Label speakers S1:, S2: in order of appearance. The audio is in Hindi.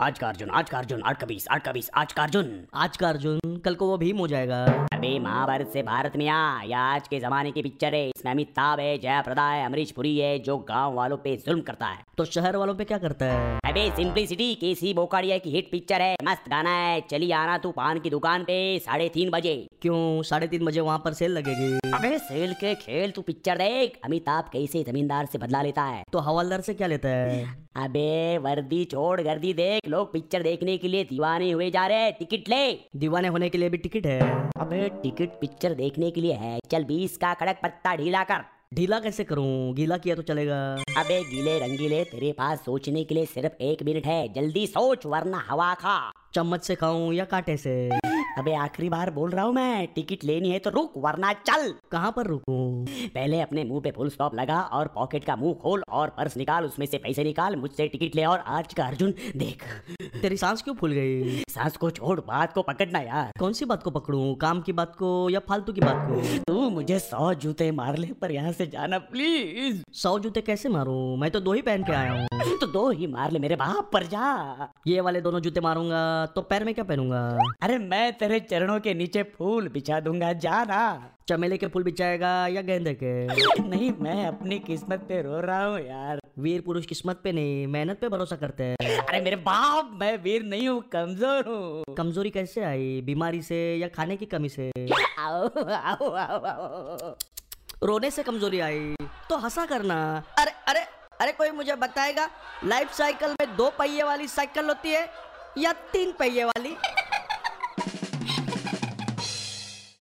S1: आज का अर्जुन आज का अर्जुन आठ का बीस आठ का बीस आज का अर्जुन
S2: आज का अर्जुन कल को वो भीम हो जाएगा
S1: अभी महाभारत से भारत में आ या आज के जमाने की पिक्चर है इसमें अमिताभ है जयाप्रदा है अमरीश पुरी है जो गांव वालों पे जुल्म करता है
S2: तो शहर वालों पे क्या करता है
S1: अबे सिंप्लिसिटी केसी बोकाड़िया की हिट पिक्चर है मस्त गाना है चली आना तू पान की दुकान पे साढ़े तीन बजे
S2: क्यों साढ़े तीन बजे वहाँ पर सेल लगेगी
S1: अबे सेल के खेल तू पिक्चर देख अमिताभ कैसे जमींदार से बदला लेता है
S2: तो हवालदार से क्या लेता है
S1: अबे वर्दी छोड़ गर्दी देख लोग पिक्चर देखने के लिए दीवाने हुए जा रहे हैं टिकट ले
S2: दीवाने होने के लिए भी टिकट है
S1: अबे टिकट पिक्चर देखने के लिए है चल बीस का खड़क पत्ता ढीला कर
S2: ढीला कैसे करूँ गीला किया तो चलेगा
S1: अबे गीले रंगीले तेरे पास सोचने के लिए सिर्फ एक मिनट है जल्दी सोच वरना हवा खा
S2: चम्मच से खाऊं या कांटे से
S1: अबे आखिरी बार बोल रहा हूँ मैं टिकट लेनी है तो रुक वरना चल
S2: कहाँ पर रुकूं
S1: पहले अपने मुंह पे फुल स्टॉप लगा और पॉकेट का मुंह खोल और पर्स निकाल उसमें से पैसे निकाल मुझसे टिकट ले और आज का अर्जुन देख
S2: तेरी सांस क्यों फूल गई
S1: सांस को छोड़ बात को पकड़ना यार
S2: कौन सी बात को पकड़ूं काम की बात को या फालतू की बात को
S1: तू मुझे सौ जूते मार ले पर यहाँ से जाना प्लीज
S2: सौ जूते कैसे मारूं मैं तो दो ही पहन के आया हूँ
S1: तो दो ही मार ले मेरे बाप पर जा
S2: ये वाले दोनों जूते मारूंगा तो पैर में क्या पहनूंगा
S1: अरे मैं तेरे चरणों के नीचे फूल बिछा दूंगा जाना
S2: चमेली के फूल बिछाएगा या गेंदे के
S1: नहीं मैं अपनी किस्मत पे रो रहा हूँ यार
S2: वीर पुरुष किस्मत पे नहीं मेहनत पे भरोसा करते हैं
S1: अरे मेरे बाप मैं वीर नहीं हूँ कमजोर हूँ
S2: कमजोरी कैसे आई बीमारी से या खाने की कमी से
S1: आओ आओ आओ आओ
S2: रोने से कमजोरी आई तो हंसा करना अरे अरे अरे कोई मुझे बताएगा लाइफ साइकिल में दो पहिए वाली साइकिल होती है या तीन पहिए वाली